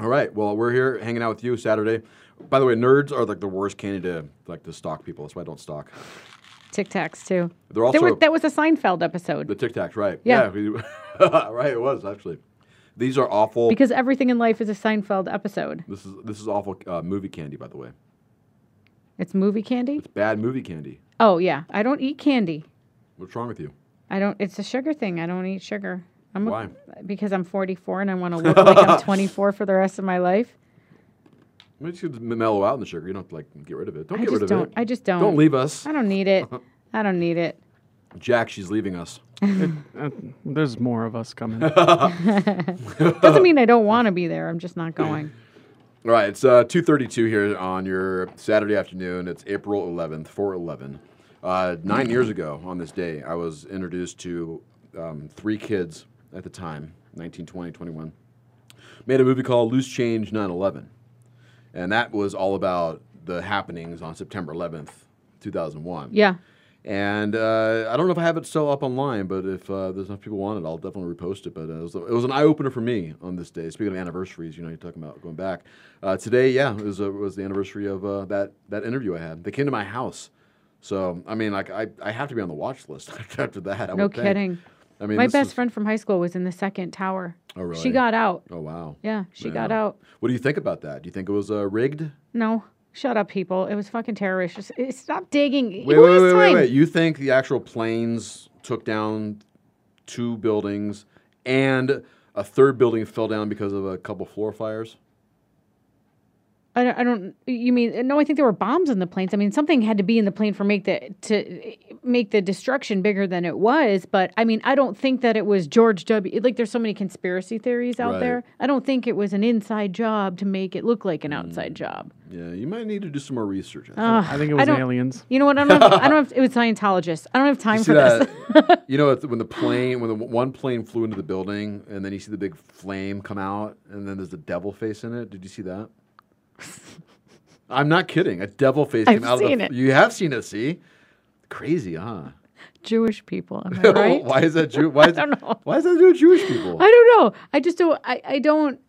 All right. Well, we're here hanging out with you Saturday. By the way, nerds are like the worst candy to like to stalk people. That's why I don't stalk. Tic Tacs too. They're also There were, that was a Seinfeld episode the Tic Tacs, right? Yeah. yeah. right. It was actually. These are awful. because everything in life is a Seinfeld episode. This is this is awful uh, movie candy, by the way. It's movie candy. It's bad movie candy. Oh yeah, I don't eat candy. What's wrong with you? I don't. It's a sugar thing. I don't eat sugar. I'm a- Why? because I'm 44 and I want to look like I'm 24 for the rest of my life. Why don't you just mellow out in the sugar? You don't have to, like get rid of it. Don't I get just rid of don't. it. I just don't. Don't leave us. I don't need it. I don't need it. Jack, she's leaving us. Uh, there's more of us coming. Doesn't mean I don't want to be there. I'm just not going. All right, it's uh, 2.32 here on your Saturday afternoon. It's April 11th, 411. Uh, nine years ago on this day, I was introduced to um, three kids at the time, 19, 20, 21. Made a movie called Loose Change 9-11. And that was all about the happenings on September 11th, 2001. Yeah. And uh, I don't know if I have it still up online, but if uh, there's enough people want it, I'll definitely repost it. But uh, it, was, it was an eye opener for me on this day. Speaking of anniversaries, you know, you're talking about going back. Uh, today, yeah, it was, uh, was the anniversary of uh, that, that interview I had. They came to my house. So, I mean, like, I, I have to be on the watch list after that. I No would think. kidding. I mean, my Oh, this best is- friend from high school was in the second tower. Oh, really? She got out. Oh, wow. Yeah, she got Yeah. out. What do you think about that? Do you think it was uh, rigged? No, shut up, people. It was fucking terrorist. Just- eh, Stop digging. Wait, Who wait, has wait, wait, time? wait. You think the actual planes took down two buildings and a third building fell down because of a couple floor fires? I don't, I don't. You mean no? I think there were bombs in the planes. I mean, something had to be in the plane for make the to eh, make the destruction bigger than it was. But I mean, I don't think that it was George W. Like, there's so many conspiracy theories out Right. there. I don't think it was an inside job to make it look like an outside Mm. job. Yeah, you might need to do some more research. I think. Ah, I think it was don't- aliens. You know what? I don't. Have, I don't. Have, it was Scientologists. I don't have time You for see this. that? you know, it's when the plane, when the w- one plane flew into the building, and then you see the big flame come out, and then there's the devil face in it. Did you see that? I'm not kidding. A devil face I've came out of seen the. it. You have seen it, see? Crazy, huh? Jewish people. Am I right? why is that Jew? Why is, don't know. Why is that Jew- Jewish people? I don't know. I just don't. I, I don't.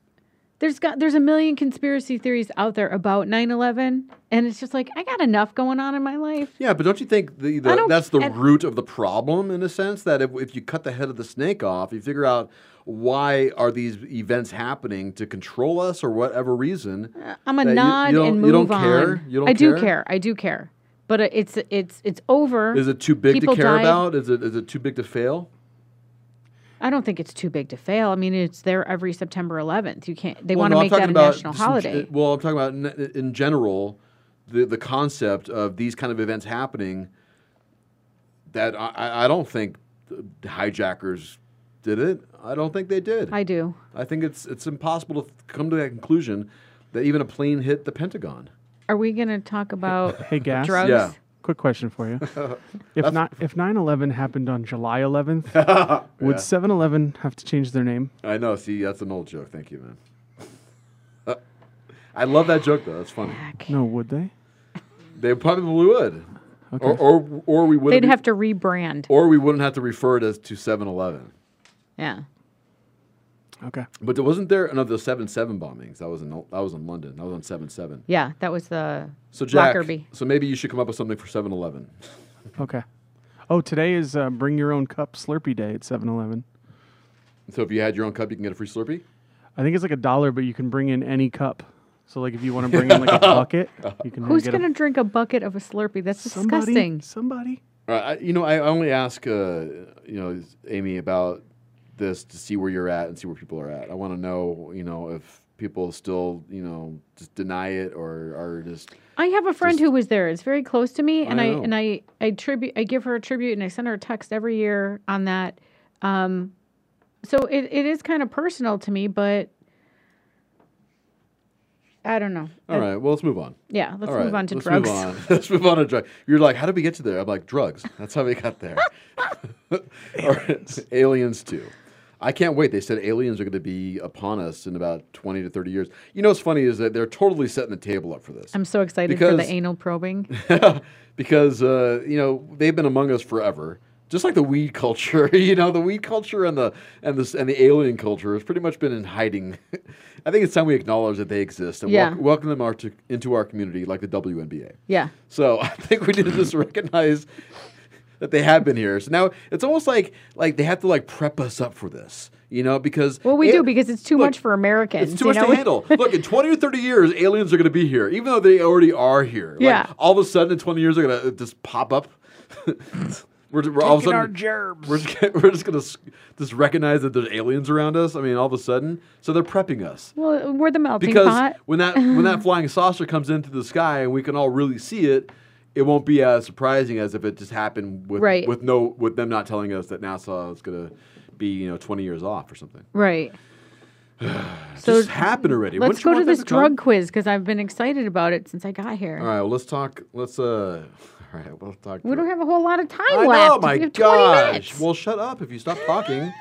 There's got there's a million conspiracy theories out there about 9/11, and it's just like I got enough going on in my life. Yeah, but don't you think the, the don't- that's the and- root of the problem in a sense that if, if you cut the head of the snake off, you figure out why are these events happening to control us or whatever reason. I'm a that you- nod you don't- and you move don't on. care? You don't I do care? care. I do care. But uh, it's it's it's over. Is it too big People to care died. about? Is it is it too big to fail? I don't think it's too big to fail. I mean, it's there every September 11th. You can't. They Well, want to no, I'm make that a talking about national just in ge- holiday. well, I'm talking about in, in general the the concept of these kind of events happening that I- I, I don't think the hijackers did it. I don't think they did. I do. I think it's it's impossible to come to that conclusion that even a plane hit the Pentagon. Are we going to talk about Hey, Gas. drugs? Yeah. Quick question for you. if not, if 9/11 happened on July 11th, would 7-Eleven have to change their name? I know. See, that's an old joke. Thank you, man. I love that joke though. That's funny. No, would they? They probably would, or, or or we would. They'd have to rebrand. or we wouldn't have to refer it as to 7-Eleven. Yeah. Okay. But there wasn't there another seven seven bombings. That was in that was in London. That was on seven seven. Yeah. That was the So Jack, Lockerbie. so maybe you should come up with something for 7-Eleven. Okay. Oh, today is uh, Bring Your Own Cup Slurpee Day at 7-Eleven. So if you had your own cup, you can get a free Slurpee. I think it's like a dollar, but you can bring in any cup. So, like, if you want to bring in like a bucket, you can. Who's get going to a, drink a bucket of a Slurpee? That's somebody? disgusting. Somebody. All right, I, you know, I I only ask, uh, you know, Amy about this to see where you're at and see where people are at. I want to know, you know, if people still, you know, just deny it or are just. I have a friend who was there. It's very close to me, and I, know. and I I tribute I give her a tribute, and I send her a text every year on that. Um, so it, it is kind of personal to me, but I don't know. All right, well, let's move on. Yeah, let's All right, move on to let's drugs. Move on. let's move on to drugs. You're like, how did we get to there? I'm like, drugs. That's how we got there. All right, aliens too. I can't wait. They said aliens are going to be upon us in about 20 to 30 years. You know what's funny is that they're totally setting the table up for this. I'm so excited for Because- the anal probing. because uh, you know they've been among us forever. Just like the weed culture, you know, the weed culture and the and this and the alien culture has pretty much been in hiding. I think it's time we acknowledge that they exist and Yeah. wel- welcome them our to, into our community, like the WNBA. Yeah. So I think we need to just recognize that they have been here. So now it's almost like like they have to like prep us up for this, you know, because Well, we a- do because it's too look, much for Americans. It's too you much know? to handle. Look, in 20 or 30 years, aliens are going to be here, even though they already are here. Like, Yeah. all of a sudden, in 20 years, they're going to just pop up. we're, we're all of a Taking sudden, our gerbs. We're just, gonna- we're just going to just recognize that there's aliens around us. I mean, all of a sudden. So they're prepping us Well, we're the melting because pot. when that when that flying saucer comes into the sky and we can all really see it, it won't be as surprising as if it just happened with Right. with no with them not telling us that NASA is gonna be you know twenty years off or something. Right. so just happened already. let's Wouldn't you go to want that this come? Uh, drug quiz because I've been excited about it since I got here. All right, well, let's talk. Let's uh. All right, we'll talk. We don't have a whole lot of time I left. know, my we have 20 gosh. minutes. Well, shut up if you stop talking.